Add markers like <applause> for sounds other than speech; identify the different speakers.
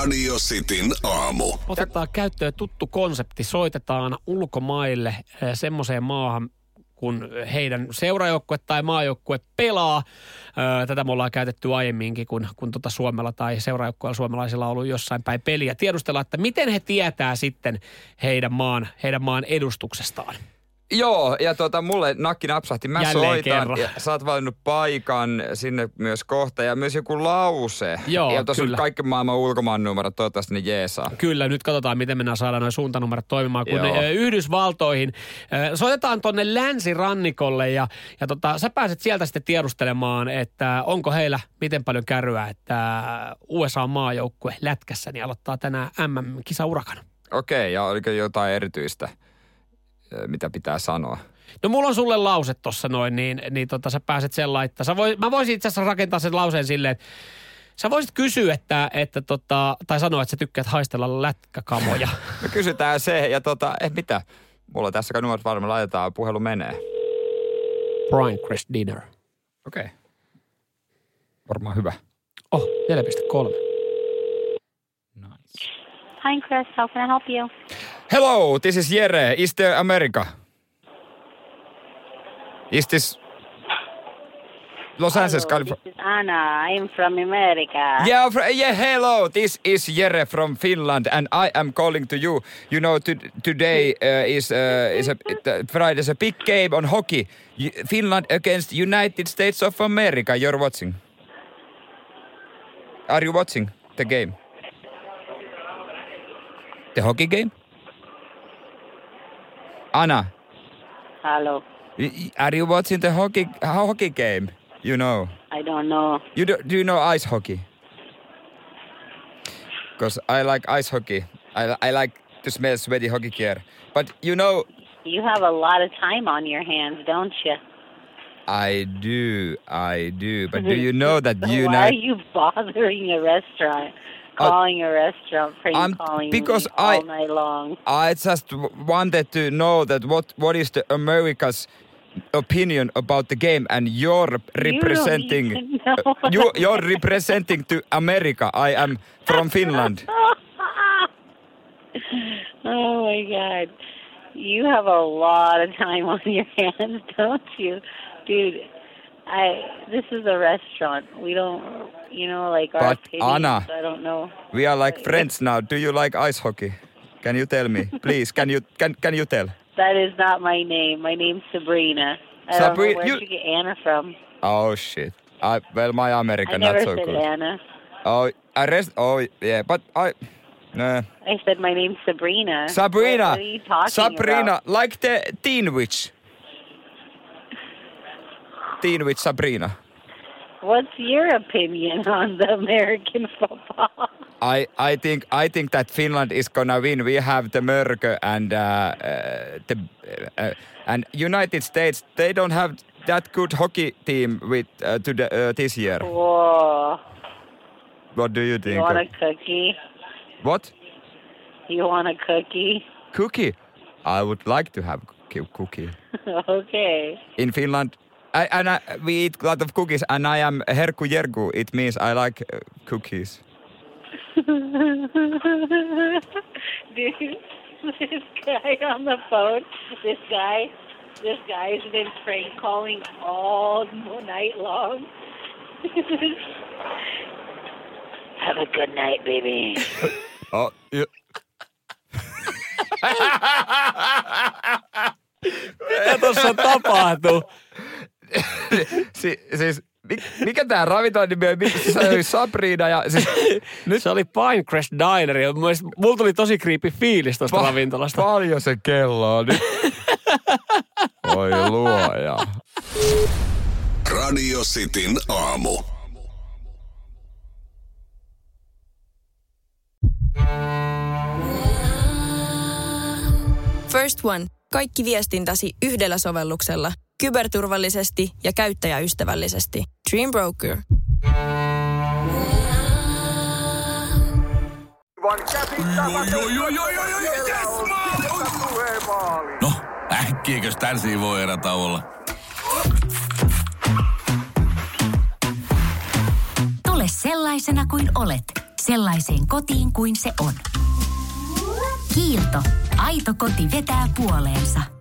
Speaker 1: Radio Cityn aamu.
Speaker 2: Otetaan käyttöön tuttu konsepti. Soitetaan ulkomaille eh, semmoiseen maahan, kun heidän seurajoukkue tai maajoukkue pelaa. Ö, Tätä me ollaan käytetty aiemminkin, kun, kun tota Suomella tai seurajoukkueella suomalaisilla on ollut jossain päin peliä. Tiedustellaan, että miten he tietää sitten heidän maan, heidän maan edustuksestaan.
Speaker 3: Joo, ja tuota, mulle nakki napsahti. Mä
Speaker 2: Jälleen
Speaker 3: soitan,
Speaker 2: kerran.
Speaker 3: ja sä oot valinnut paikan sinne myös kohta, ja myös joku lause.
Speaker 2: Joo,
Speaker 3: ja tuossa
Speaker 2: kyllä.
Speaker 3: on kaikki maailman ulkomaan numerot, toivottavasti ne jeesaa.
Speaker 2: Kyllä, nyt katsotaan, miten mennään saadaan noin suuntanumerot toimimaan. Kun
Speaker 3: Joo.
Speaker 2: ne, ö, Yhdysvaltoihin, ö, soitetaan tonne länsirannikolle ja, ja tota, sä pääset sieltä sitten tiedustelemaan, että onko heillä miten paljon käryä, että USA-maajoukkue lätkässä niin aloittaa tänään MM-kisaurakan.
Speaker 3: Okei, ja oliko jotain erityistä, ö, mitä pitää sanoa?
Speaker 2: No mulla on sulle lause tossa noin, niin, niin tota, sä pääset sen laittaa. Sä voi, mä voisin itse asiassa rakentaa sen lauseen silleen, että sä voisit kysyä, että, että tota, tai sanoa, että sä tykkäät haistella lätkäkamoja.
Speaker 3: Me kysytään se, ja tota, eh, mitä? Mulla on tässä kai numerot varmaan laitetaan, puhelu menee.
Speaker 2: <laughs> Brian Chris Dinner.
Speaker 3: Okei. Okay. Varmaan hyvä.
Speaker 2: Oh, 4,3.
Speaker 4: Pinecrest, how can I help you?
Speaker 3: Hello, this is Jere. Is there America? Is this Los Angeles, California?
Speaker 4: This is Anna. I'm from America.
Speaker 3: Yeah, fr- yeah, hello. This is Jere from Finland, and I am calling to you. You know, to- today uh, is uh, is a it- Friday. is a big game on hockey. Y- Finland against United States of America. You're watching. Are you watching the game? The hockey game? Anna,
Speaker 4: Hello.
Speaker 3: y- y- are you watching the hockey hockey game? You know.
Speaker 4: I don't know.
Speaker 3: You do, do you know ice hockey? Because I like ice hockey. I, I like to smell sweaty hockey gear. But you know,
Speaker 4: You have a lot of time on your hands, don't you? <laughs>
Speaker 3: I do, I do. But do you know that
Speaker 4: So
Speaker 3: you
Speaker 4: <laughs> why
Speaker 3: know? Uh,
Speaker 4: are you bothering a restaurant? Calling a restaurant for
Speaker 3: I'm-
Speaker 4: you calling
Speaker 3: because
Speaker 4: me all
Speaker 3: I-
Speaker 4: night long.
Speaker 3: I just w- wanted to know that what what is the America's opinion about the game, and you're
Speaker 4: You
Speaker 3: representing. uh,
Speaker 4: don't even
Speaker 3: <laughs>
Speaker 4: know. <laughs>
Speaker 3: You, you're representing to America. I am
Speaker 4: <laughs>
Speaker 3: from Finland.
Speaker 4: oh my god. You have a lot of time on your <laughs> hands, don't you? Dude, I this is a restaurant. We don't you know like our
Speaker 3: But,
Speaker 4: opinions,
Speaker 3: Anna.
Speaker 4: I don't know.
Speaker 3: We are like friends now. Do you like ice hockey? Can you tell me, please? Can you can can you tell?
Speaker 4: That is not my name. My name's Sabrina. I don't
Speaker 3: Sabri-
Speaker 4: know where
Speaker 3: you-
Speaker 4: you get Anna from.
Speaker 3: Oh shit. I, well, my America
Speaker 4: I
Speaker 3: not
Speaker 4: never
Speaker 3: so
Speaker 4: said
Speaker 3: good.
Speaker 4: Anna.
Speaker 3: Oh, I rest. Oh yeah, but I. Nah.
Speaker 4: I said my name's Sabrina.
Speaker 3: Sabrina.
Speaker 4: What, what are you talking
Speaker 3: Sabrina,
Speaker 4: about?
Speaker 3: like the Teen Witch. Teen Witch Sabrina.
Speaker 4: What's your opinion <laughs> on the American football?
Speaker 3: I, I think I think that Finland is gonna win. We have the Mörkö and uh, uh, the uh, and United States. They don't have that good hockey team with uh, to the, uh, this year.
Speaker 4: Whoa.
Speaker 3: What do you think?
Speaker 4: Oh. You want a cookie?
Speaker 3: What
Speaker 4: You want a cookie? <laughs>
Speaker 3: cookie? I would like to have cookie- cookie.
Speaker 4: okay. <laughs>
Speaker 3: in Finland. I, and I, we eat a lot of cookies, and I am herku jerku. It means I like uh, cookies.
Speaker 4: Dude, this guy on the phone, this guy, this guy's been prank calling all night long. Have a good night, baby.
Speaker 3: Oh, yeah.
Speaker 2: Mitä tuossa tapahtuu?
Speaker 3: si, siis, mi- mikä tämä ravintolan nimi on? Miksi se oli Sabrina ja siis
Speaker 2: Nyt se oli Pinecrest Diner ja mun mielestä- mulla tuli tosi kriipi fiilis tuosta
Speaker 3: pa-
Speaker 2: ravintolasta.
Speaker 3: <laughs> paljon se kello on <laughs> nyt? Oi luoja.
Speaker 1: Radio Cityn aamu.
Speaker 5: First One. Kaikki viestintäsi yhdellä sovelluksella. Kyberturvallisesti ja käyttäjäystävällisesti. Dream Broker.
Speaker 6: No, äkkiäkös tän voi erä olla?
Speaker 7: Tule sellaisena kuin olet, sellaiseen kotiin kuin se on. Kiilto. Aito koti vetää puoleensa.